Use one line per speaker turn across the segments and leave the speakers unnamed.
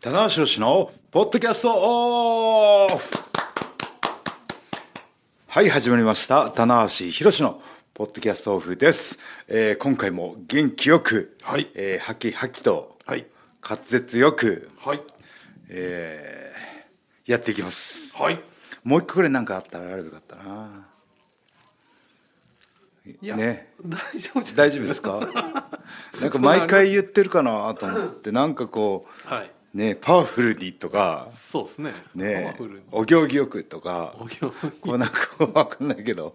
棚橋宏のポッドキャストオフはい、始まりました。棚橋宏のポッドキャストオフです。えー今回も元気よく、
はい
えーはきはきと、
はい
滑舌よく、
はい
えーやっていきます。
はい
もう一個ぐらいなんかあったらあればよかったな。
いや
ね
大丈夫じゃない
大丈夫です かなんか毎回言ってるかなと思って、なんかこう、
はい
ねパワフルにとか、
そうですねパワ
ね
フルに
お行儀よくとか
お行儀
こうなんかわかんないけど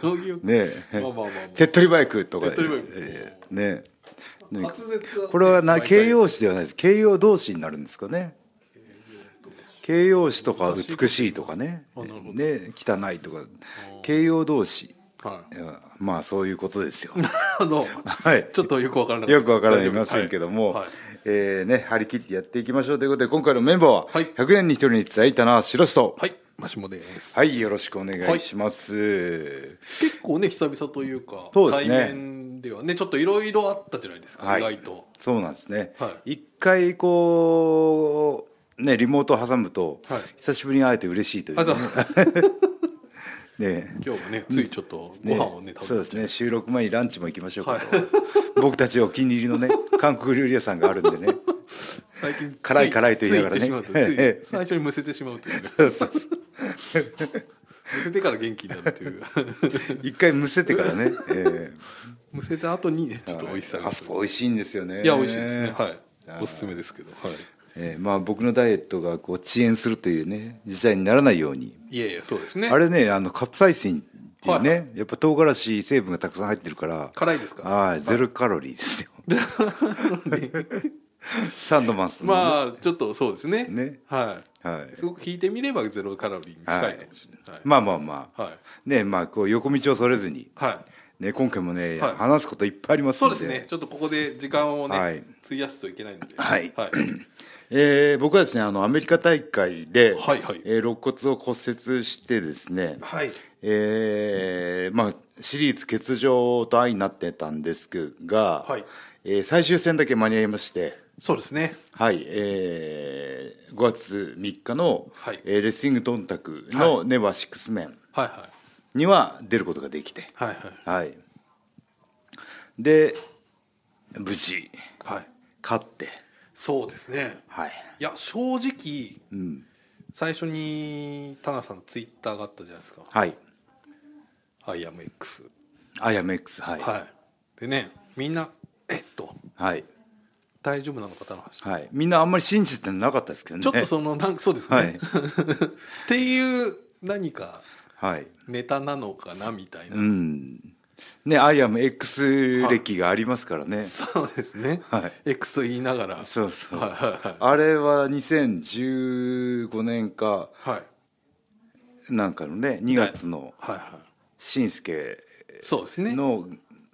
行儀よく
ね
まあまあまあまあ
手っ取り早くとか
手っ取り早く
えーねね
滑舌は
これはな
毎回
形容詞ではないです形容動詞になるんですかね形容詞とか美しいとかね
あなるほど
ね汚いとか形容動詞
はい い
やまあそういうこと ですよ
あの
はい
ちょっとよくわからない
よくわからないませんけども、
はい
えーね、張り切ってやっていきましょうということで今回のメンバーは
はい
100年に一人に伝えたのは白人
はいマシモです
はい、よろしくお願いします。
結構ね久々というか
そうですね
対面ではねちょっといろいろあったじゃないですか
はい
意外と
そうなんですね。
は
一回こうねリモートを挟むと、
はい
久しぶりに会えて嬉しいという
あと
ね。ね
今日はねついちょっとご
ね
飯をね食
そう
べ
で
て
すね収録前にランチも行きましょうか、
はい
僕たちお気に入りのね韓国料理屋さんがあるんで ね
最近つ
辛い辛いと言いながらね
つてしまうとつい
ええ
最初にむせてしまうというねむせてから元気になる という
一回むせてからね、え
むせた後にねち
え
ょっと美味しさが
あそこ美味しいんですよね
いや美味しいですねはいおすすめですけどはい
ええまあ僕のダイエットがこう遅延するというね事態にならないように
いやいやそうですね
あれねあのカプサイシンっていうね、
は
やっぱ唐辛子成分がたくさん入ってるから
辛いですか
はいゼロカロリーですよサンドマンスのね、
まあちょっとそうですね
ね
はい、
はい
すごく聞いてみればゼロカロリーに近いかもしれない、
まあまあまあ、
はい
ねまあこう横道をそれずに、
はい
ね、今回もね、
はい
話すこといっぱいあります
そ
の
う
で
ですねちょっとここで時間をね、
はい
費やすといけないのでは
はいえー僕はですねあのアメリカ大会で、
はいはい
えー肋骨を骨折してですね、
はい
えーまあ、シリーズ欠場と相になってたんですが、
はい
えー最終戦だけ間に合いまして、
そうですね
はいえー5月3日の、
はい
えーレスリングトンタクのネバーシックスメン
はいはい
には出ることができて、
はい
はい、で無事
はいはい
勝って、
そうですね
はい、
いや正直、最初にタナさんのツイッターがあったじゃないですか
はい、
「IAMX
アヤメックス、は」い、
はいでねみんな「えっと
はい、
大丈夫なのか棚橋
はい、みんなあんまり信じてなかったですけどね、
ちょっとそのなんかそうですね、
はい
っていう何か
はい、
ネタなのかなみたいな、
ね、アイアム X 歴がありますからね、
そうですね、
はい
X を言いながら
そうそう、
はいはいはい
あれは2015年か
はい
なんかのね2月の
はいは
新助
いそうですね
の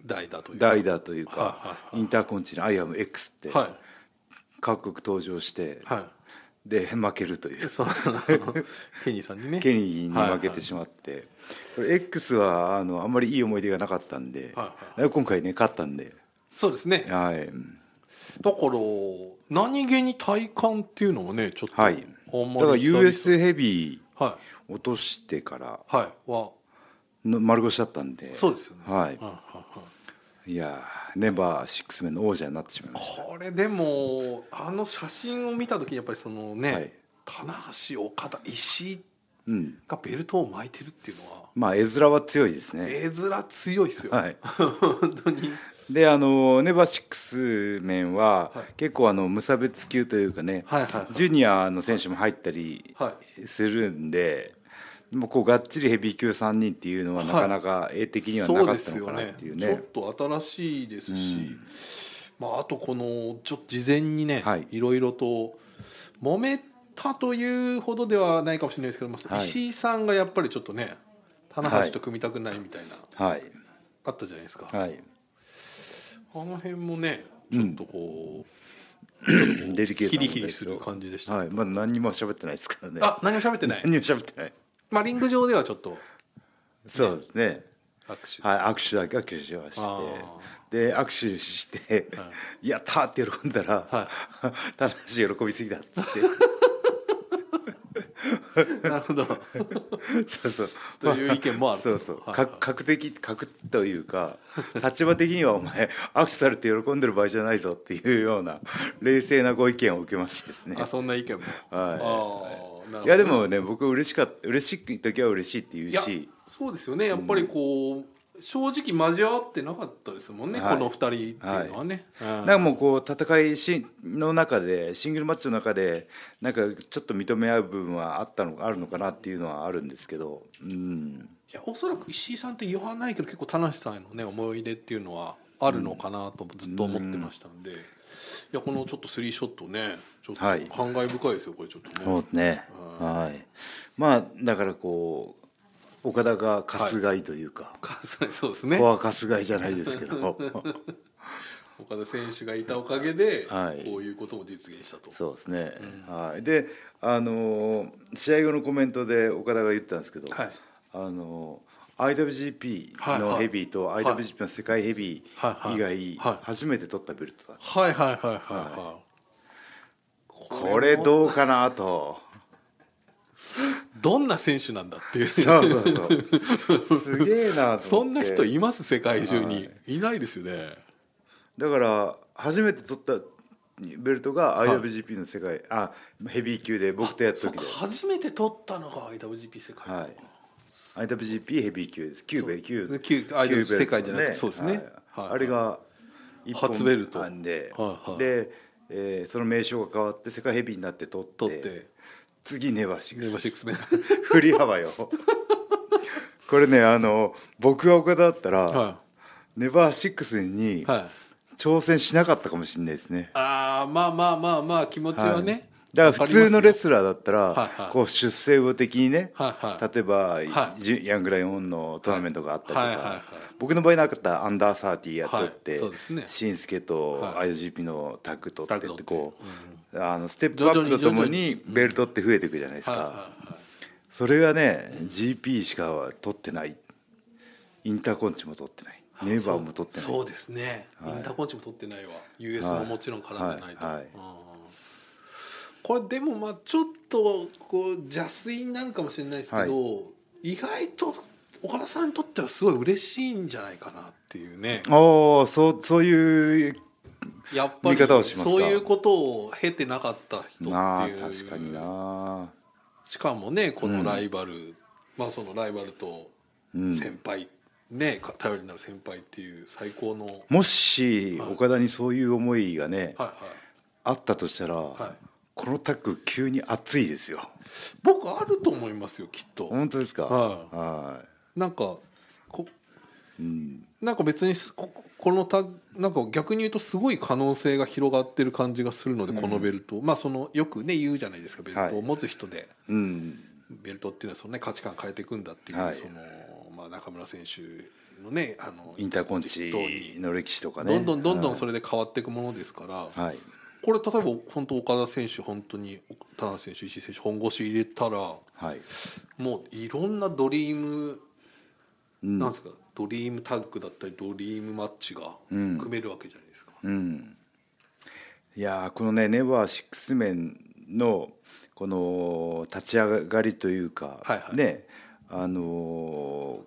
代打という
代打というか、
はいは
インターコンチの「アイアム X」って
は
各国登場して、
いは
で負けるという
い そうケニーさんにね
ケニーに負けて
し
しまって、これ X はあのあんまりいい思い出がなかったんで、
は
今回ね勝ったんで、
そうですねだか
はい、
ら何気に体感っていうのもねちょっと、
はい、だから
久々
US ヘビー
は
落としてから
いはいは
の丸腰だったんで
そうですよね
はい
うんうんうん
いやーネンバー6面の王者になってしまいまし
これでもあの写真を見た時にやっぱりそのね、
はい
棚橋岡田石井
た、うん、
がベルトを巻いてるっていうのは
まあ絵面は強いですね
絵面強いですよ、
はい
本当に
であのネンバー6面は
はい
結構あの無差別級というかね、
はいはいはい
ジュニアの選手も入ったり
は
するんで、もうこうがっちりヘビー級3人っていうのは
は
な
い
かなか絵的には
そ
な
う
かっ
で
た
す
の
よ
かなっ
ね
ていう
ち
ね
ょっと新しいですし、まあ、あとこのちょっと事前にね、
はい
い、ろいろと揉めたというほどではないかもしれないですけども、
はい
石井さんがやっぱりちょっとね棚橋と組みたくないみたいな、
はい
あったじゃないですか、
はい
あの辺もねちょっとこ
デリ
う、
ケート
ヒ
な問
リヒ
題
リ
です
す
けど
る感じでした、
はいまだ何にも喋ってないですからね
あ何も喋ってない
何にも喋ってない
まあリング上ではちょっと
そうですね。
握手
はい、握手だけ握手をして
あ
で握手して「やった!」って喜んだら
は
「ただし喜びすぎだ」って
なるほど
そうそう
という意見もある
そうそう
はい
か確的確という か立場的にはお前握手されて喜んでる場合じゃないぞっていうような冷静なご意見を受けましてですね
あそんな意見もあーなるほど
いやでもね僕嬉しかった嬉しい時は嬉しいって言う
いや
し
そうですよねやっぱりこう、正直交わってなかったですもんね、
はい
この二人っていうのはね、
な
うんん
かもうこう戦いしの中でシングルマッチの中でなんかちょっと認め合う部分はあったのあるのかなっていうのはあるんですけど、うん、
いやおそらく石井さんって言わないけど結構田無さんへのね思い出っていうのはあるのかなとずっと思ってましたんで、いやこのちょっとスリーショットねちょっと
はい
感慨深いですよこれちょっとね、
そうですね、はい、まあだからこう岡田が春日井というか、
岡田さんそうですね
ここは春日井じゃないですけど
岡田選手がいたおかげで、
はい
こういうことも実現したと
そうですね、はい、であのー試合後のコメントで岡田が言ってたんですけど、
はい
あのー IWGP のヘビーと
はいはい
IWGP の世界ヘビー以
はいはい
外
はい
初めて取ったベルトだ
はいはいはいはいはい、
これ
も
どうかなと
どんな選手なんだっていう
そうそうそうすげえなと思って
そんな人います世界中に、い、ないですよね
だから初めて取ったベルトが IWGP の世界、あヘビー級で僕とやった時で
初めて取ったのが IWGP 世界、
はい IWGP ヘビー級です9ベル
そう
9
旧 IWGP 世界じゃなくてそうですねはい
あれが一本
初ベルト
なんで、
はいはい
で、えーその名称が変わって世界ヘビーになって取って
取って
次ネバシックス
ネーバーシックスメン
振り幅よこれねあの僕が岡田だったら、
は
ネバーシックスに
い、はい、
挑戦しなかったかもしれないですね、
ああまあまあまあまあ気持ちはね、
だから普通のレ
ス
スラーだったら、
はいはい
こう出世魚的にね、
はいはい
例えば、
は
ジュヤングライオンのトーナメントがあったりとか、
はいはいはいはい
僕の場合なかったらアンダーサーティーやっとって、
はいそうですね
しんすけと
は
IGP のタッグ取って
タッ
っ
グ
て
取って
こう、あのステップアップととも
徐々に
にベルトって増えていくじゃないですか、
はいはいはい
それがね GP しか取ってないインターコンチも取ってないネイバーも取ってない
そうですね、インターコンチも取ってないわ US ももちろん絡んでないと、
はいはい
うんこれでもまあちょっとこう邪推になるかもしれないですけど、意外と岡田さんにとってはすごい嬉しいんじゃないかなっていうね
ああそうそういう
やっぱ
見
り
方をしますか
そういうことを経てなかった人っていう
なあ確かにな
しかもねこのライバル、まあそのライバルと先輩、ねか頼りになる先輩っていう最高の、はい
もし岡田にそういう思いがね、
はい
あったとしたら、
い
このタッグ急に熱いですよ
僕あると思いますよきっと、
本当ですか
はい
は
なんかこ
い、うん、
なんか別にすここのたなんか逆に言うとすごい可能性が広がってる感じがするので、このベルトまあそのよくね言うじゃないですかベルトを持つ人で、
うん、
ベルトっていうのはそのね価値観変えていくんだっていう、
はい
そのまあ、中村選手のねあの
インターコンチ
筆頭に
の歴史とかね
どんどんどんどん
は
それで変わっていくものですから、
い、はい
これ例えば本当岡田選手本当に田中選手石井選手本腰入れたら
はい
もういろんなドリーム、なんですかドリームタッグだったりドリームマッチが
ん
組めるわけじゃないですか、
うん、いやーこのねネバーシックスメンのこの立ち上がりというか、
はいはい
ねあのー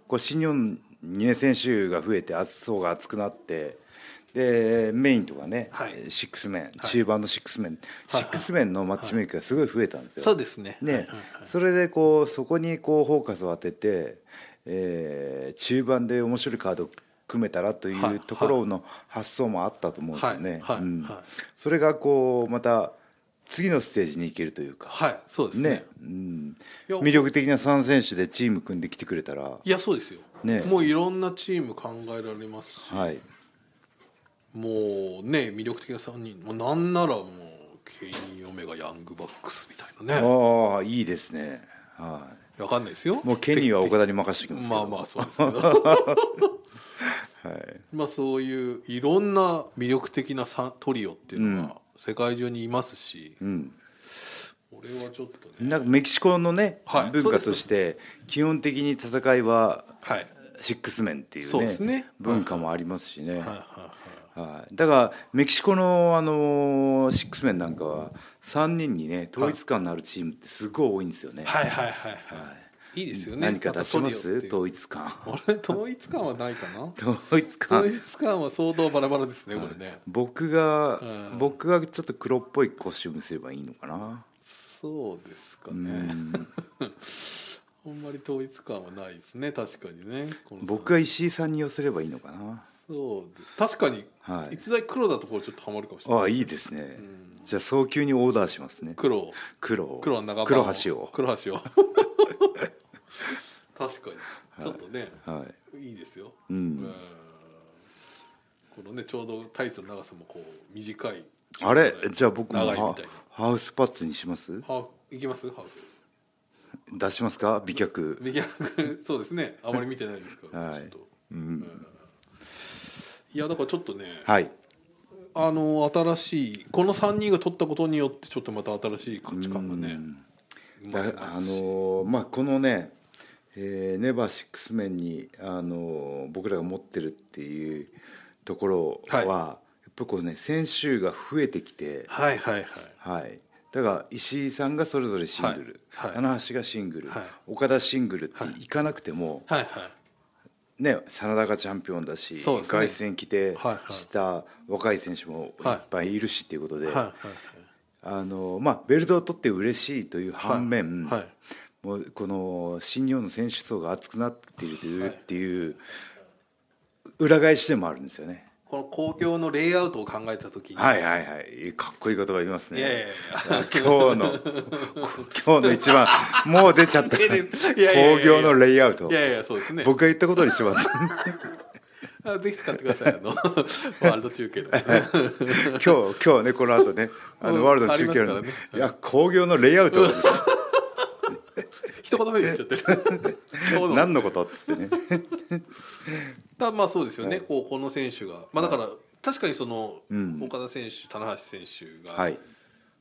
こう新日本にね選手が増えて熱層が厚くなってでメインとかね、
はい
シックスメン中盤のシックスメン、シックスメンのマッチメイクがすごい増えたんですよ。
そうですね
ね、それでこうそこにこうフォーカスを当てて、えー中盤で面白いカードを組めたらと
はいいう
ところの発想もあったと思うんですよね。
はいはい
うん
はい
それがこうまた次のステージに行けるというか、
はいそうですね
ねうん、
いや
魅力的な3選手でチーム組んできてくれたら、
いやそうですよ、
ね
もういろんなチーム考えられますし、
はい、
もうね魅力的な3人もうなんならもうケイニー・オメガヤングバックスみたいなね
ああいいですね。は
わかんないですよ
い、もうケニーは岡田に任せておきますけ
まあ
ど、
まあそうですけ どまあそういういろんな魅力的なさトリオっていうのが世界中にいますし、
うん、
俺はちょっとね
なんかメキシコのね、
はい
文化として基本的に戦いは
はい
シックスメンってい
そう
う,、
で
ね
すね
文化もありますしね、
はいはい
は
はい
だからメキシコの、あのーシックスメンなんかは3人にね統一感のあるチームってすごい多いんですよね。
いはいはいはいはいいいですよね
何か出しま
たトリオっ
す
ていう
統一感
俺統一感はないか な
統一
統
感
一感は相当バラバラですねこれね
僕が、
うん
僕がちょっと黒っぽいコスチュームすればいいのかな、
そうですか
う
ね
ん、
あんまり統一感はないですね確かにねこの
僕が石井さんに寄せればいいのかな
そうです確かに
はい
逸材黒だとこれちょっとハマるかもしれない
ああいいですね、
ん
じゃあ早急にオーダーしますね
黒
黒を
黒の長
黒
パン
橋を
黒橋を確かにちょっとね
はい
いいですよ
うん
うんこのねちょうどタイツの長さもこう短い
あれじゃあ僕も
長いみ
ハ
たいな
ハウスパッツにします
ハーフいきますハーフ
出しますか美脚
右ハーフ そうですねあまり見てないですから、
はい
ちょっと
うん
いやだからちょっとね、
はい
あの新しいこの3人が取ったことによってちょっとまた新しい価値観がね生ま
だ
れ
あ
ますし
のーまあこのね、えーネバーシックスメンに、あのー僕らが持ってるっていうところは、
はい
やっぱこうね選手が増えてきて、
はいはいはい
はい、だから石井さんがそれぞれシングル、
はいはい
棚橋がシングル、
はい
岡田シングルっていかなくても、
はいはい
ね、真田がチャンピオンだし、
そうですね
凱旋規定
はいはい
した若い選手もいっぱいいるしっていうことで、
はいはい
あのまあ、ベルトを取って嬉しいという反面、
はいはい
もうこの新日本の選手層が厚くなっているという,、っていう裏返しでもあるんですよね。
この公共のレイアウトを考えた時に、
はいはいはい、かっこいい言葉言いますね。
いやいやいや
今日の 今日の一番もう出ちゃった
出て いやいやいやいや
工業のレイアウト
いやいやそうですね
僕が言ったことにしまった
あぜひ使ってくださいあの ワールド中継とかね
今日今日はねこの後ねあ
うん
のワールドの中継
ありま
の、
すから
い
ね
や工業のレイアウトです
一言目で言っち ゃってるそうなん
何のことっつってね
だまあそうですよね、こうこの選手が、まあ、だから確かにその、岡田選手、棚橋選手が
はい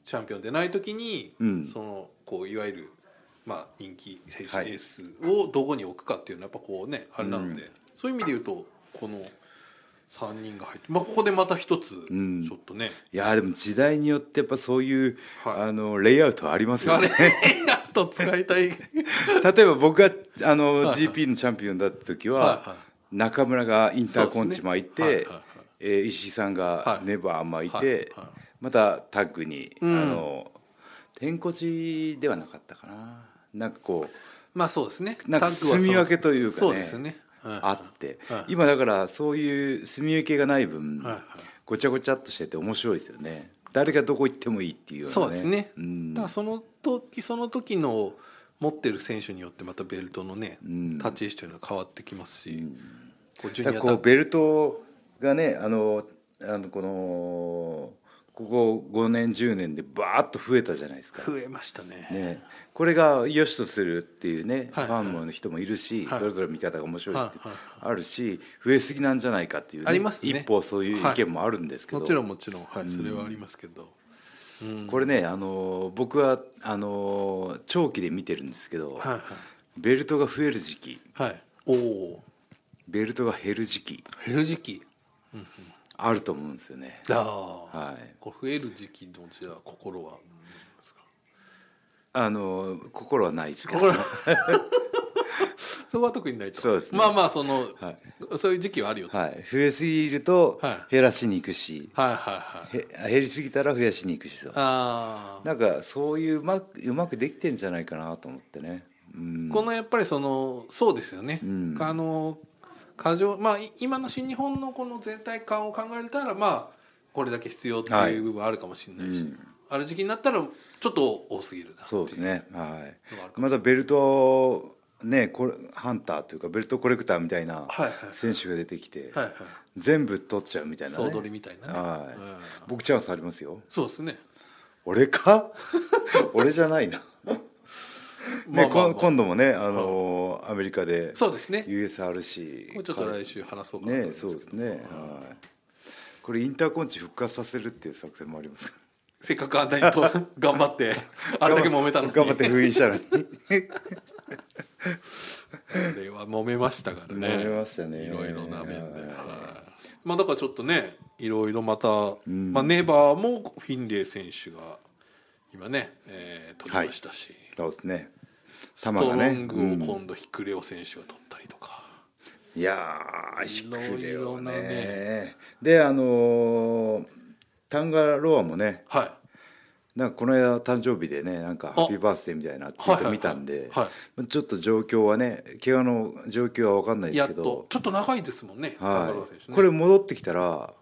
チャンピオンでない時に、
うん
そのこういわゆる、まあ、人気選手、
はい
エースをどこに置くかっていうのはやっぱこうねあれなので、そういう意味で言うとこの3人が入って、まあ、ここでまた一つち
ん
ょっとね、
いやーでも時代によってやっぱそういう、
はい
あのレイアウトはありますよ
あれ
ね
やっと使いた い
例えば僕があの、GP のチャンピオンだった時は、
はいは
中村がインターコンチ巻いて、
そうですねはいはいはい
えー石井さんが
はい
ネバー巻いて、
はいはい
またタッグに、
ん
あの天こ地ではなかったかななんかこ
まあそうですね
うなんか
タッグはそ
住
の
み分けというかね
そうですね、うん
あって、
はい
今だからそういう住み分けがない分、
はいはい
ごちゃごちゃっとしてて面白いですよね誰がどこ行ってもいいっていうような
そうですね、
ん
だからその時その時の持ってる選手によってまたベルトのね、
ん
立ち位置というのは変わってきますし、こうジュ
だ
ニ
か
ア
らこう
タッグ
ベルトがねあのあのこのここ5年10年でバーッと増えたじゃないですか。
増えましたね
ね、これが良しとするっていうね、
はい
ファンの人もいるし、
はい
それぞれ見方が面白いって
はいはい
あるし増えすぎなんじゃないかっていう、
ありますね
一方そういう意見もあるんですけど、
もちろんもちろんはいそれはありますけど、
これねあの僕はあの長期で見てるんですけど、
はいはい
ベルトが増える時期
はいおお
ベルトが減る時期
減る時期
あると思うんですよね。
だ、
はい
こう増える時期のじゃあ心は
あの心はないですけど
心はそこは特にないと
そうですね
まあまあその、
は
そういう時期はあるよと、
はい、増えすぎると
はい
減らしに行くし、
はい、はいはい
へ減りすぎたら増やしに行くしと
ああ
なんかそういううまくうまくできてんじゃないかなと思ってね、うん、
このやっぱりそのそうですよね、
うん
あの過剰まあい今の新日本のこの全体感を考えたらまあこれだけ必要って
はいいう
部分はあるかもしれないし、
うん
ある時期になったらちょっと多すぎるな
そうですねは
のがある
いまたベルトねこれハンターというかベルトコレクターみたいな
はいはい
選手が出てきて、
はいはい
全部取っちゃうみたいな、ね、
総取りみたいなね
はい、
うん
僕チャンスありますよ
そうですね
俺 か俺じゃないな、ね
まあまあまあ
こん今度もねあのーアメリカで
そうですね
USRC
もうちょっと来週話そうかなと思い
ね
ますけ
そ
ど
うですね、はい、これインターコンチ復活させるっていう作戦もありますか
せっかくあんなに と頑張ってあ
ら
れだけ揉めたのに
頑張って封印したのに
これは揉めましたからね
揉めましたね
いろいろな面で、
はい
はいまあだからちょっとねいろいろまた、まあ、ネバーもフィンレイ選手が今ね、えー取りましたし、
そうですね
ス
球
ト
がね
ロングを
うん
今度ヒクレオ選手が取ったりとか、
いやーひっくり
いろいろなね
ねであのータンガロアもね
はい
なんかこの間誕生日でねなんかハッピーバースデーみたいなツイ
はい
ート見たんで、
はいは
ちょっと状況はね怪我の状況は分かんないで
や
す
っ
け
と
ど、
ちょっと長いですもんね、高
は
野選手
い、
ね
これ戻ってきたら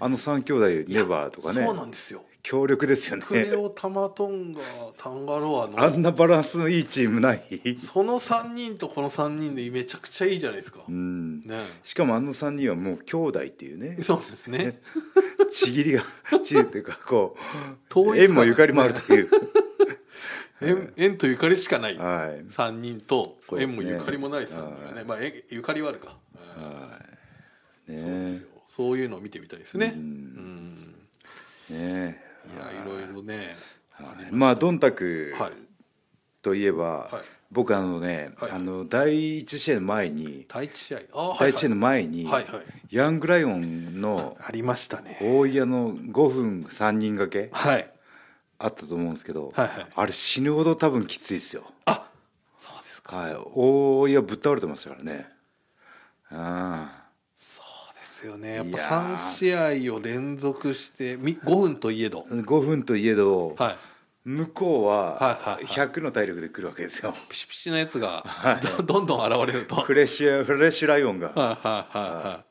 あの3兄弟ネバーとかね
そうなんですよ。
強力ですよね
クレオタマトンガタンガロア
あ
の
んなバランスのいいチームない
その三人とこの三人でめちゃくちゃいいじゃないですか。
うん
ね
しかもあの3人はもう兄弟っていうね
え、そうですね。
ちぎり がちぎりというかこ
遠
う
いで
縁
すから
もゆかりもあるという、
縁縁とゆかりしかない
はい、
三人と
そうです
縁
ね
もゆかりもない三人がね、まあ縁ゆかりはあるか。
ね
そうですよ。そういうのを見てみたいですね。うん。
ね
いやいろいろね。あり
まあドンタク
はい。
といえば、
はい
僕あのね、
はい
あの第1試合の前に、
第一試合。あはい
第1試合の前に、
はいはい
ヤングライオンの
ありましたね。
大井屋の5分3人掛け
はい。
あったと思うんですけど、
はいはい
あれ死ぬほど多分きついですよ、
あそうですか。
はい、大井屋ぶっ倒れてましたからねあ
そうですよねやっ
い
ぱ
やー
3試合を連続してみ5分といえど、
5分といえど、
はい、
向こう
はいはい
は
はい
100の体力で来るわけですよ、
ピシピシのやつがどどんどん現れるとはい
フレッシュフレッシュライオンが
はいはいは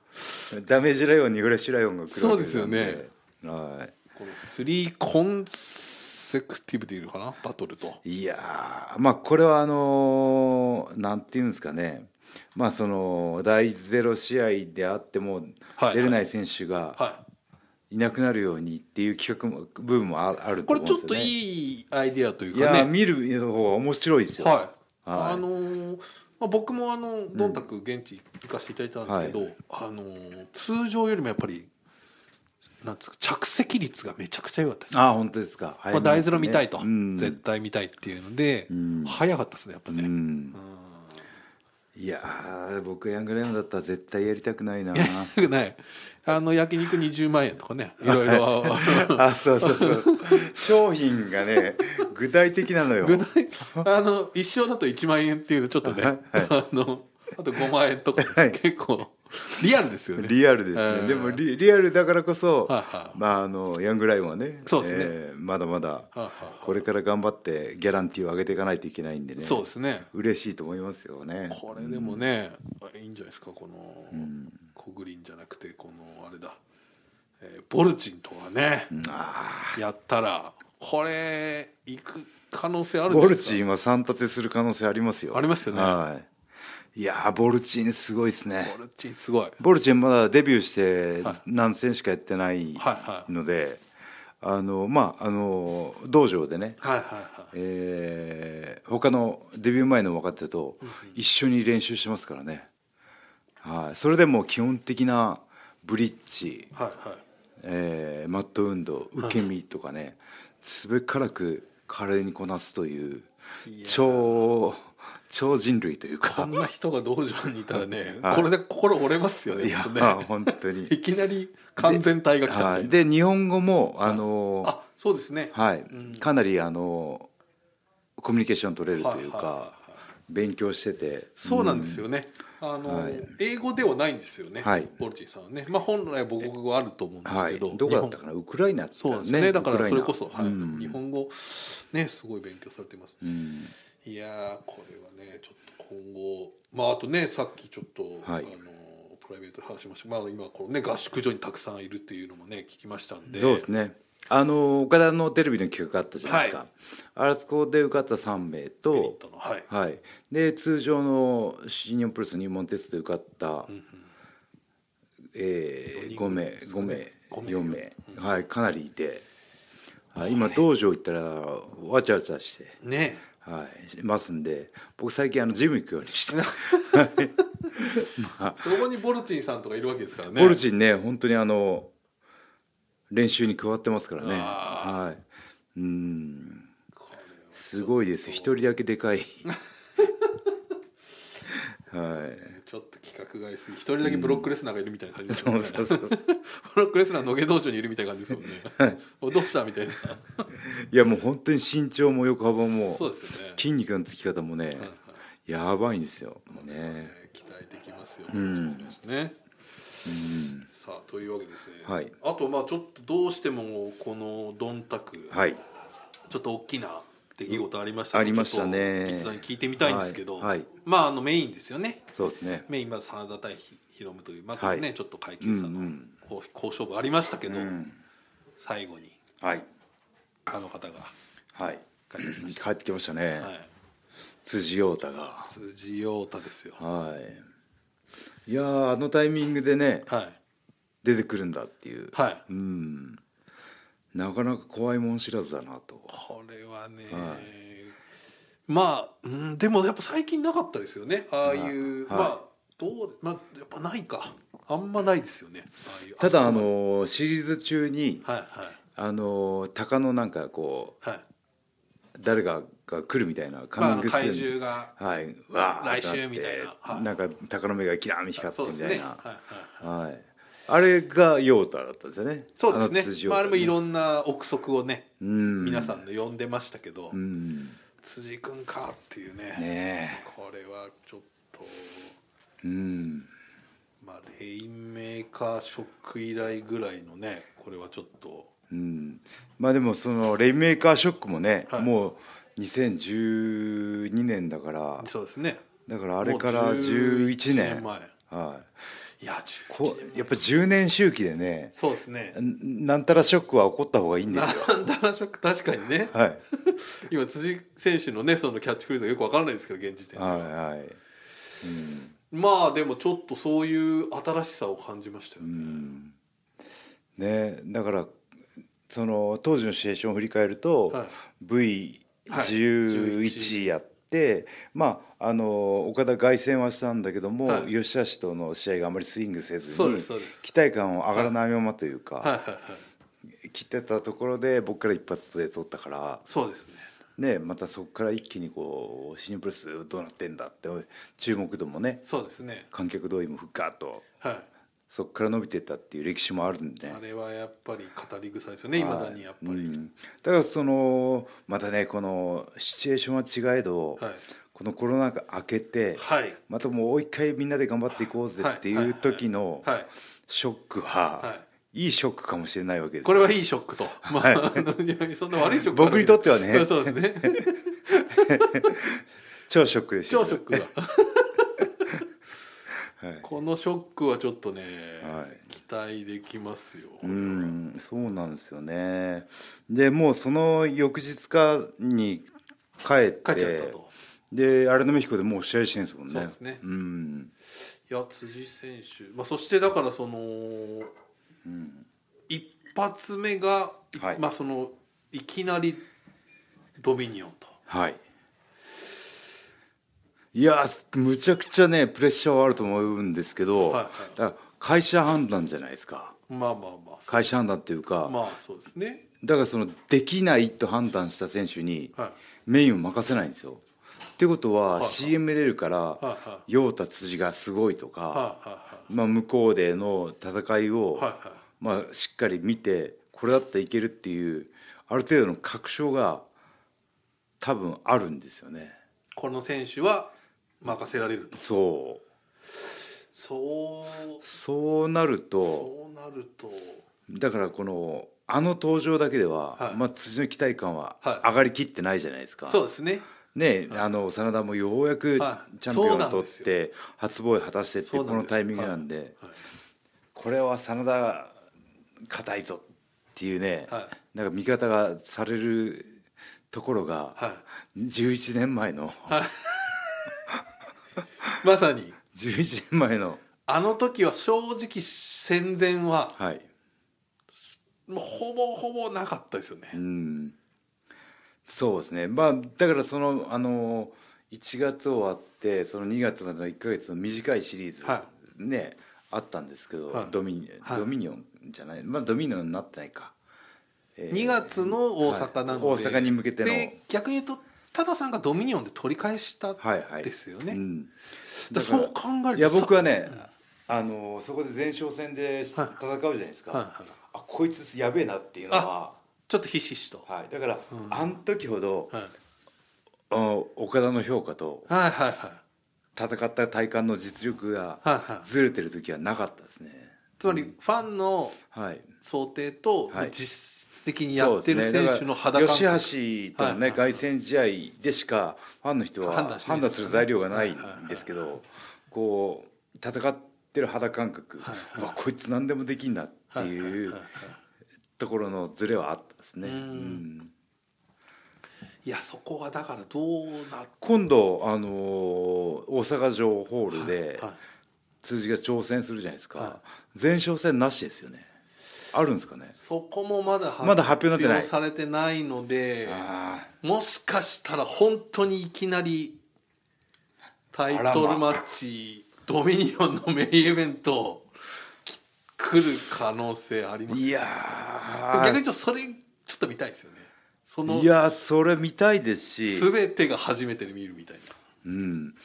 ダメージライオンにフレッシュライオンが来るわけなん
そうです
はい
この3コンセクティブでいるかなバトルと
い、いやーまあこれはあのーなんていうんですかねまあその第ゼロ試合であっても
はい
出れない選手が
はい
なくなるようにっていう企画も部分もあある
い
と思
これ
うん
ち
で
ょっ
すよ
と
ね。い
いいアイデアという
や
か
ー
ね
見る方が面白いですよ。
はい、
はい
あのーまあ、僕もあのどんたく現地行かせていただいたんですけど、あのー通常よりもやっぱりなんつうか着席率がめちゃくちゃ良かったです
ああ本当ですか。
まあ、大ゼロ見たいと、
うん
絶対見たいっていうので、
ん
早かったですねやっぱね、
うんいやー僕ヤングレオンだったら絶対やりたくないな。
うんねあの焼肉20万円とか ねいろいろ
あそうそうそう商品がね具体的なのよ
具体あの一生だと1万円っていうのちょっとね、 あのあと5万円とか、
はい
結構リアルですよね
リアルですね、
うん
でもリリアルだからこそ、
はいはい
まあ、あのヤングライオンはね
そうですね
えーまだまだ
はい
これから頑張ってギャランティーを上げていかないといけないんでね
そうですね
嬉しいと思いますよね
これでもね、いいんじゃないですかこの、コグリンじゃなくてこのあれだ、えーボルチンとかね、やったらこれ行く可能性あるんじゃ
ボ
ないで
ル
すか
チンは3立てする可能性ありますよ
ありますよね
はい、いやーボルチンすごいですね
ボルチンすごい
ボルチンまだデビューして
はい
何戦しかやってない
はいはい
ので、あのまああの道場でね
はいはいはい
えー他のデビュー前の若手と一緒に練習してますからね、はい、それでもう基本的なブリッジ、
はいはい
えーマット運動受け身とかねすべからく華麗にこなすという
いやー
超超人類という
こ
か
んな人が道場にいたら ね、
はい
これで心折れますよね
いや
きっとね
ー本当
い
に、
きなり完全体が来た
は
みたい
い、
な
で日本語もあのー
あそうですね
はい
うん
かなりあのーコミュニケーション取れるという
はいはいはいは
か勉強してて
そうなんですよね、あの
はい
英語ではないんですよね、
はい
ボルチンさんはね、まあ、本来は母国語あると思うんです
は
け
い、
ど、
どこだったかなウクライナって
日
言
本
っ
そう
た
ですねだからそれこそ、
ウク
はい
ライナうん
日本語ねすごい勉強されてます、
うん
いやーこれはねちょっと今後まああとねさっきちょっと、
はい
あのプライベートで話しましたまあ今このね合宿所にたくさんいるっていうのもね聞きましたんで
そうですねあの岡田のテレビの企画あったじゃないですか、
はい
あそこで受かった3名
メリッ
と
トのはい、
はいで通常の新日本プロレス入門テストで受かった、えー、5名5名
五名
4名、はいかなりいて、はい、今道場行ったらわちゃわちゃして
ね
はいいますんで僕最近あのジム行くようにして
そこにボルチンさんとかいるわけですからね
ボルチンね本当にあの練習に加わってますからね
あ
はいうん
これは
すごいです一人だけでかいはい
ちょっと規格外すぎ一人だけブロックレスナーがいるみたいな感じです
そ
もん
う
ね、
そうそう
ブロックレスナーのげ道場にいるみたいな感じですもんね、 おどうしたみたいない
やもう本当に身長も横幅も
そうですよね
筋肉のつき方もね
はいはい
やばいんですよね
えー期待できますよ、うん、ね、さあというわけですね、
はい
あとまあちょっとどうしてもこのドンタク、
はい
ちょっと大きな出来事ありました
ありましたね
ちょっと三木さんに聞いてみたいんですけど、
はいはい
まああのメインですよね
そうですね
メインは真田対ヒロムというまたね、
はい
ちょっと階級差
うんう
の
ん
好好勝負ありましたけど、最後に
はい
あの方が
はい
帰ってきまし
帰ってきましたね、
た、はい、
辻陽太が
辻陽太ですよ
はいいやーあのタイミングでね
はい
出てくるんだっていう、
はい
うんなかなか怖いもん知らずだなと
これはね、まあ、うん、でもやっぱ最近なかったですよねああいう、
はい
まあどうまあやっぱないかあんまないですよねああいう
ただあ
そこ
のーシリーズ中に
まではい
あのー鷹のなんかこ
はいはい、
う誰がが来るみたいな
まああの、
スーン
怪獣が
はいわー
来週みたいな
ってって
はい
なんか鷹の目がキラーン光って
そう
み
です
た
ね
いな、
はいはい
はいあれが陽太だったんですよね
そうですね
の辻
まあ、あれもい
ん
ろんな憶測をね、
うん
皆さんの呼んでましたけど、
うん
辻君かっていうね
ね
これはちょっと
えうん
まあレインメーカーショック以来ぐらいのねこれはちょっと
うん、まあでもそのレインメーカーショックもね、
はい
もう2012年だから
そうですね
だからあれから
もう
11年
11年前
はい、
いや
こ
11年
うやっぱ10年周期でね
そうですね
んなんたらショックは起こった方がいいんで
な
すよ。
んだらショック確かにね
はい、
今辻選手のねそのキャッチフレーズがよくわからないですけど現時点では
はい、はい、
まあでもちょっとそういう新しさを感じましたよね
ねだからその当時のシチュエーションを振り返ると、
はい
V11 やって、まああの岡田凱旋はしたんだけども、
はい
吉橋との試合があまりスイングせず
そう
に
ですそうです
期待感を上がらないままというか、
はいはいはい
切ってたところで僕から一発で取ったから。
そうですね
ね、またそこから一気にこうシニプレスどうなってんだって注目度もね
そうですね
観客動員もふっかっと
はい
そこから伸びてったっていう歴史もあるんでね
あれはやっぱり語り草ですよねいまだにやっぱり、
うんだからそのまたねこのシチュエーションは違えど、
はい
このコロナ禍明けて、
はい
またもう一回みんなで頑張っていこうぜっていう時の
はい
ショックは、、
はい
いショックかもしれないわけです
これ
は
はいいショックと、まあ、 いやそんな悪いショック
僕にとってはね
そうですね
超ショックでした
超
よ
ショックだ
はい
このショックはちょっとね、
はい
期待できますよ、
うんそうなんですよねでもうその翌日かに帰って
帰っちゃったと
で荒野美彦でもう試合してるんですもんね
そうですね
うん
いや辻選手、まあ、そしてだからその、一発目が、
はい
まあ、そのいきなりドミニオンと
はい。いやー、むちゃくちゃね、プレッシャーはあると思うんですけど、
はいはい
だから会社判断じゃないですか。
まあまあま
会社判断っていうか、
あまあそうですね
だからそのできないと判断した選手に
はい
メインを任せないんですよ。ってことは、
はい
CM 出るから
はいはい
陽太辻がすごいとか、
はいはいはい
まあ、向こうでの戦いを、
はいはい
まあ、しっかり見てこれだったらいけるっていうある程度の確証が多分あるんですよね。
この選手は任せられると
そう
そう
そうなると
そうなると
だからこのあの登場だけでは、
はい
まあ、辻の期待感は
はい
上がりきってないじゃないですか、
そうですね
ねあの真田もようやく
はい
チャンピオン
そ
を
うなん
取
で
っ
すよ
て、初防衛果たしてってい
そうう
こ
なんです
のタイミングなんで
はい
これは真田硬いぞっていうね、
は
なんか見方がされるところが、
は
11年前の、
いまさに
11年前の
あの時は正直戦前は
はい
もうほぼほぼなかったですよね、
うん、そうですねまあだからそのあの1月終わってその2月までの1か月の短いシリーズ、
は
ねあったんですけど、
はい
ドミニ
はい
ドミニオンじゃないまあドミニオンになってないか、えー
2月の大阪なので、
はい大阪に向けての
で逆に言うと多田さんがドミニオンで取り返した
はいはい
ですよね、
うん、
だからそう考えると
いや僕はね
さ
あのそこで前哨戦で戦うじゃないですか、
はいはい
あこいつやべえなっていうのは、
ちょっとひしひしと、
はい、だから、
うん
あん時ほど、
はい、はい
あの岡田の評価と
はいはい
戦った体感の実力が
はいはい
ずれてる時はなかったですね
つまりファンの
はい
想定と
はい
実質的にやってる
そうですね
選手の肌
だ
感
か
覚
ら吉橋との
はい
ね
はいは
凱旋試合でしかファンの人
判
は
断しな
判
いで
断
す
す
からね
る材料がないんですけどこう戦ってる肌感覚
はいはいう
わこいつ何でもできんなってい
は
う
はは
ところのズレはあったですね。
うん
うん
いやそこはだからどうなっ
今度あのー大阪城ホールで
はい
辻が挑戦するじゃないです
は
か前哨戦なしですよねあるんですかね
そこもまだ
まだ発表になってない
発表されてないので
あ
もしかしたら本当にいきなりタイトルマッチ、ドミニオンのメインイベントき来る可能性ありま
ー
す
いや
逆に言
ー
うとそれちょっと見たいですよねその
いやーそれ見たいですし
全てが初めてで見るみたい
うん、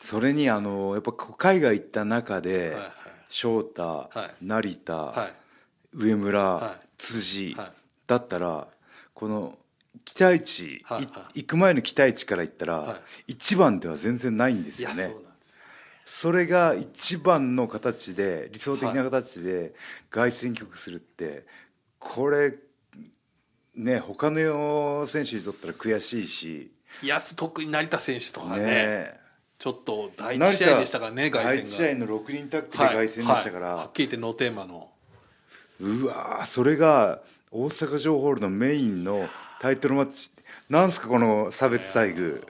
それにあのやっぱこう海外行った中で、
な、はいはい
翔太、
い
成田、
はい
上村、
はい
辻、
はい
だったらこの期待値、
はい
い
はい
行く前の期待値から言ったら、
はい
一番では全然ないんで
い
す
や
よ
そう
ね
なんですよ
それが一番の形で理想的な形で凱旋曲するってこれね他の選手にとったら悔しいし
いや特に成田選手とか
ね
ね
え
ちょっと第一試合でしたからね凱
第一試
旋
合の6人タッグで
が
凱旋でしたから、
はいはいはっきり言ってノーテーマの
うわーそれが大阪城ホールのメインのタイトルマッチなんすかこの差別待遇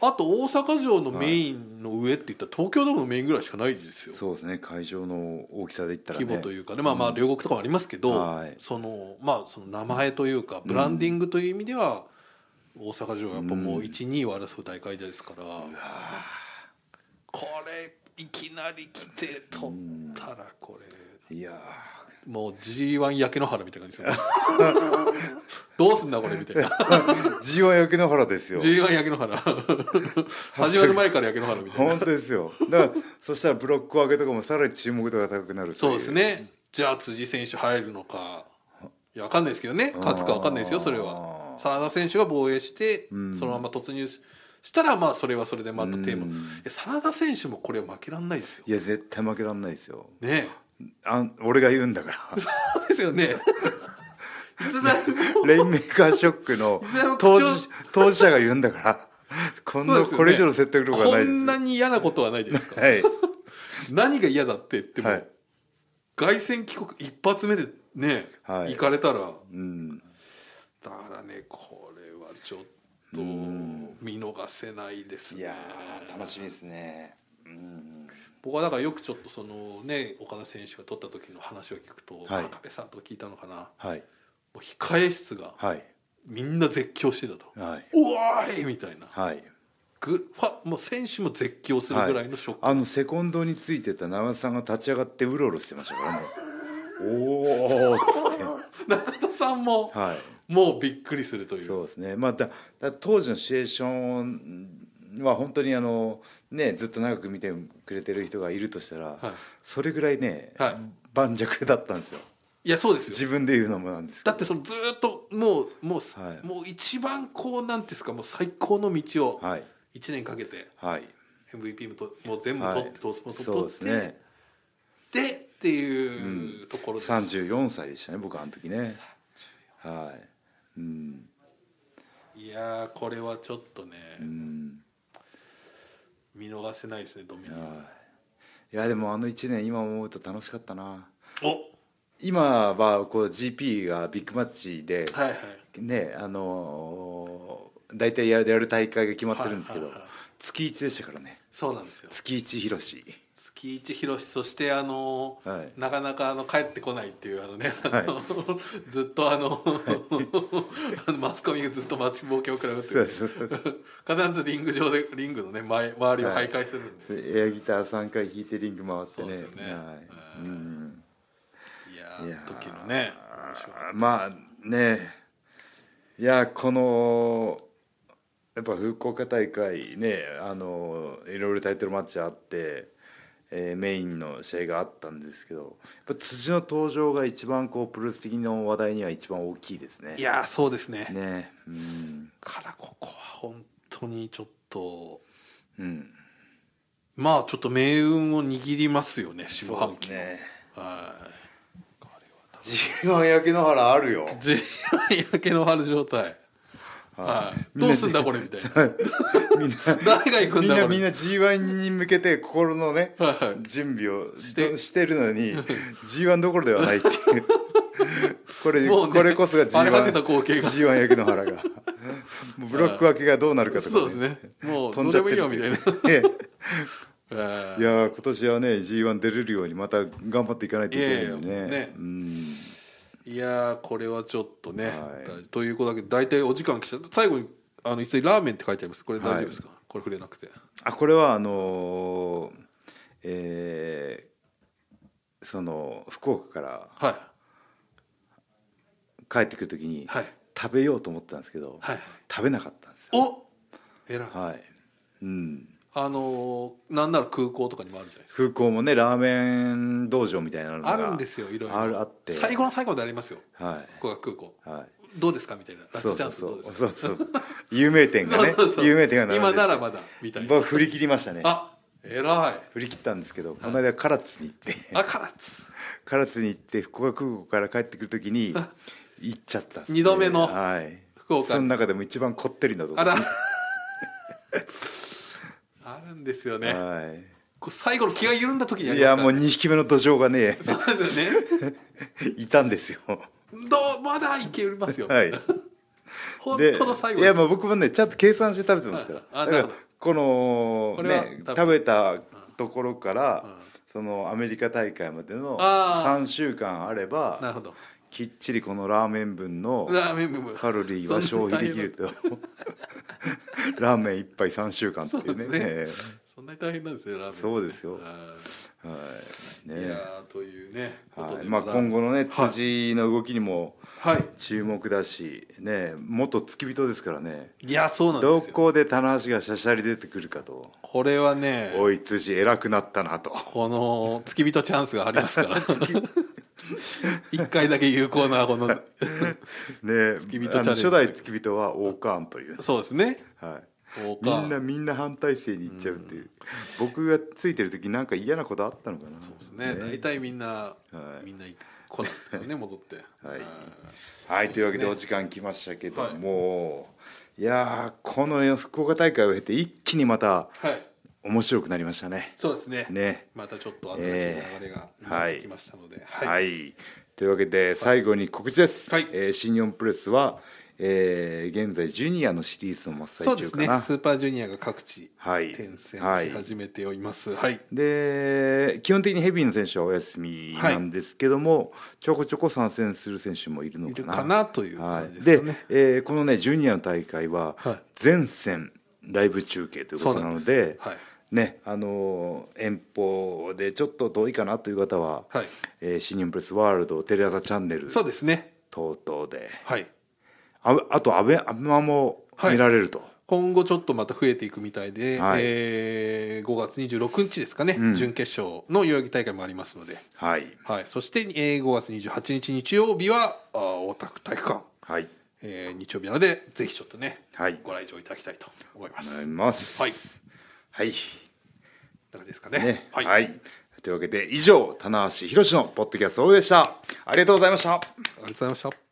あと大阪城のメインの上って言ったら東京ドームのメインぐらいしかないですよ、
そうですね会場の大きさで言ったらね
規模というかねまあまあ両国とかもありますけど、
はい
そのまあその名前というかブランディングという意味では、大阪城はやっぱもう1、2位を争う大会ですからこれいきなり来て取ったらこれ。
いや
もう G1 焼け野原みたいな感じですよねどうすんだこれみたいな
ー G1 焼け野原ですよ
G1 焼け野原始まる前から焼け野原みたいな
本当ですよだからそしたらブロック上げとかもさらに注目度が高くなるとい
そうですねじゃあ辻選手入るのかいや分かんないですけどね勝つか分かんないですよそれ
あ
は
ー
真田選手が防衛してそのまま突入ししたらまあそれはそれでまたテーマ
うん
いや真田選手もこれは負けらんないですよ
いや絶対負けられないですよ
ね
あん俺が言うんだから
そう ですよねいつだっても
レインメーカーショックの
いずれも口調
当事当事者が言うんだからこんな、
そうですよね
これ以上の説得力はない
こんなに嫌なことはない じゃないですか
はい
何が嫌だって言っても、
はい
凱旋帰国一発目でね、
はい
行かれたらだか
うん
らねこれはちょっと
ん
見逃せないです
い
ね
やー楽しみですねうん
僕はだからよくちょっとそのね岡田選手が取った時の話を聞くと、
はい
赤部さんと聞いたのかなも
はい。
う控え室が
はい。
みんな絶叫してたと
はい
「。おーい!」みたいな
はい。
ぐファもう選手も絶叫するぐらいのショック、
あのセコンドについてた長田さんが立ち上がってうろうろしてました からね。おお。つって
中田さんも、
は
もうびっくりすると
い。
いう
そうですね。まあ、だ、だ当時のシチュエーションは本当にあの。ね、ずっと長く見てくれてる人がいるとしたら。
はい
それぐらいね。
はい
盤石だったんですよ。
いやそうですよ
自分で言うのもなんですけ
だ
ど。
ってそのずーっともうもう、
はい
もう一番こうなんていうんですかもう最高の道を
はい。
1年かけて
はい。
MVP もともう全部
は
取っ
い
て、トースポも
そう
取
で
っ
す
て、
ね。
でっていうところです、
三十四歳でしたね。僕あの時ね。はい。うん。
いやーこれはちょっとね、
うん。
見逃せないですねドミニオン
いやでもあの1年今思うと楽しかったな
お
今はこう GP がビッグマッチで、
はいはい
ねあのー大体やるやる大会が決まってるんですけど、
はいはいはい
月1でしたからね
そうなんですよ
月1広し
月一博士そしてあのー
はい
なかなかあの帰ってこないっていうあのね、あの
は
ずっとあの、あのマスコミがずっと待ちぼうけを食らうっていう必ずリング上でリングのね前周りを徘徊するんで、
エアギター3回弾いてリング回って
そうで
ね
すよね
はいうん、
い、や
いや
ー
ー
時のね
まあねいやこのやっぱ福岡大会ねあのいろいろタイトルマッチあって、えーメインの試合があったんですけどやっぱ辻の登場が一番こうプロレス的の話題には一番大きいですね。
いやーそうですね
ねうん
からここは本当にちょっと
うん
まあちょっと命運を握りますよね下半期の、
ね。
はいこれは多分
G1 焼け野原あるよ。
全員焼け野原状態はいどうすんだこれみたいな
みんな
誰が行くん
みん
だ
な
こ
みん
れ
な G1 に向けて心のね
はいはい
準備をしててしてるの に G1 どころではないっていうこれ、
もうね
これこそが
荒れ果てた
G1
光景が
G1 焼け野 原がもうブロック分けがどうなるかとか、
そうですねもう
飛
ど
ん
う
じゃ
で
っ
も
て
いい
るっ
よみ
てい
たいうな
え
は
えい
い
やー今年はね G1 出れるようにまた頑張っていかないといけないよ
いや
ね
いやね
うん
いやーこれはちょっとね、
はい
ということだけど大体お時間来ちゃった最後にあの一応ラーメンって書いてありますこれ大丈夫ですか、これ触れなくて
あこれはあのーえーその福岡から
はい
帰ってくるときに、
はい
食べようと思ったんですけど、
はい
食べなかったんですよ
おえらい
はい、うん、
あのーなんなら空港とかにもあるじゃないですか
空港もねラーメン道場みたいなのが
あるんですよいろいろ
あるあって
最後の最後までありますよ
は
福岡空港
いはい
どうですかみたいなラ
そ
ス
う
チ
そ
ャ
う
ンス
そ
ど
う
うです
そ
か
うそう有名店がね
そうそうそう
有名店が並んで
今ならまだみたいな
僕振り切りましたね
あえら
振り切ったんですけどこの間唐津に行って
いあ唐津
唐津に行って福岡空港から帰ってくるときに行っちゃったっすね
二度目の
はい
福岡
その中でも一番こってりなとこ
あらあるんですよね
は
こう最後の気が緩んだ時にや
いい
ります
や
から
もう2匹目の土壌が ね
そうですよね
いたんですよ
どうまだいけますよ、
はい
本
で
当の最後
い
です
やまあ僕もねちゃんと計算して食べてますから
ああ
だから
なるほど
この
これは
ね
多分
食べたところから、
ん
そのアメリカ大会までの
あー
3週間あれ
なる
ば
ほど
きっちりこのラーメン分の
ラーメンも
カロリーは消費できるとラーメン一杯3週間っていうね
そうで
え
そんなに大変なんですよラーメン
そうですよ
あ
えはい
ーい
ね
やーというねこと
は
で
いまあ、今後のね
はい
辻の動きにも
はい
注目だし、ね、元付き人ですからね
いやそうなんで
ど
すよ
こで棚橋がしゃしゃり出てくるかと。
これはね
おい辻偉くなったな と
この付き人チャンスがありますから 一回だけ有効なこの
ね
付き人チャレンジ
あの初代付き人は王冠という、
そうですね
はい、
王
み
冠
んなみんな反対勢に行っちゃうっていう僕がついてる時なんか嫌なことあったのかなそうです
ね大体みんな、
はい
みんな来ないですから ね戻って
はい
うん
はいというわけでお時間来ましたけども、い、やーこの福岡大会を経て一気にまた
はい
面白くなりましたね
そうですね
ね
またちょっと新しい流れが見えてきましたので、
はい、
はい
というわけで最後に告知です、
はい
えー新日本プロレスは、えー現在ジュニアのシリーズの真っ
そ
最
うで
中
す
か
ね
な
スーパージュニアが各地
はい
転戦し
はい
始めておりますはい、
で基本的にヘビーの選手はお休みなんですけども、ちょこちょこ参戦する選手もいるの
い、
か
る
な。
かなという
は
感
い、
じで、
です
ね
えーこのねジュニアの大会は
はい
全戦ライブ中継ということなの
そうなん
で
ですはい
ねあのー遠方でちょっと遠いかなという方は、
はい
えー新日本プレスワールドテレ朝チャンネル
そうですね
等々で
はい
ああとアベアベマも見られると。
今後ちょっとまた増えていくみたいで、
はい
えー5月26日ですかね、準決勝の代々木大会もありますので、
はい、
はい、そして、えー5月28日日曜日はあー大田区体育館、
はい
えー日曜日なのでぜひちょっとね、
はい
ご来場いただきたいと思いま
思
す。
います。
はい、こ
はい
んな感じですかね。
ね、
は
はいい、というわけで以上棚橋宏のポッドキャストオフでしたありがとうございました
ありがとうございました。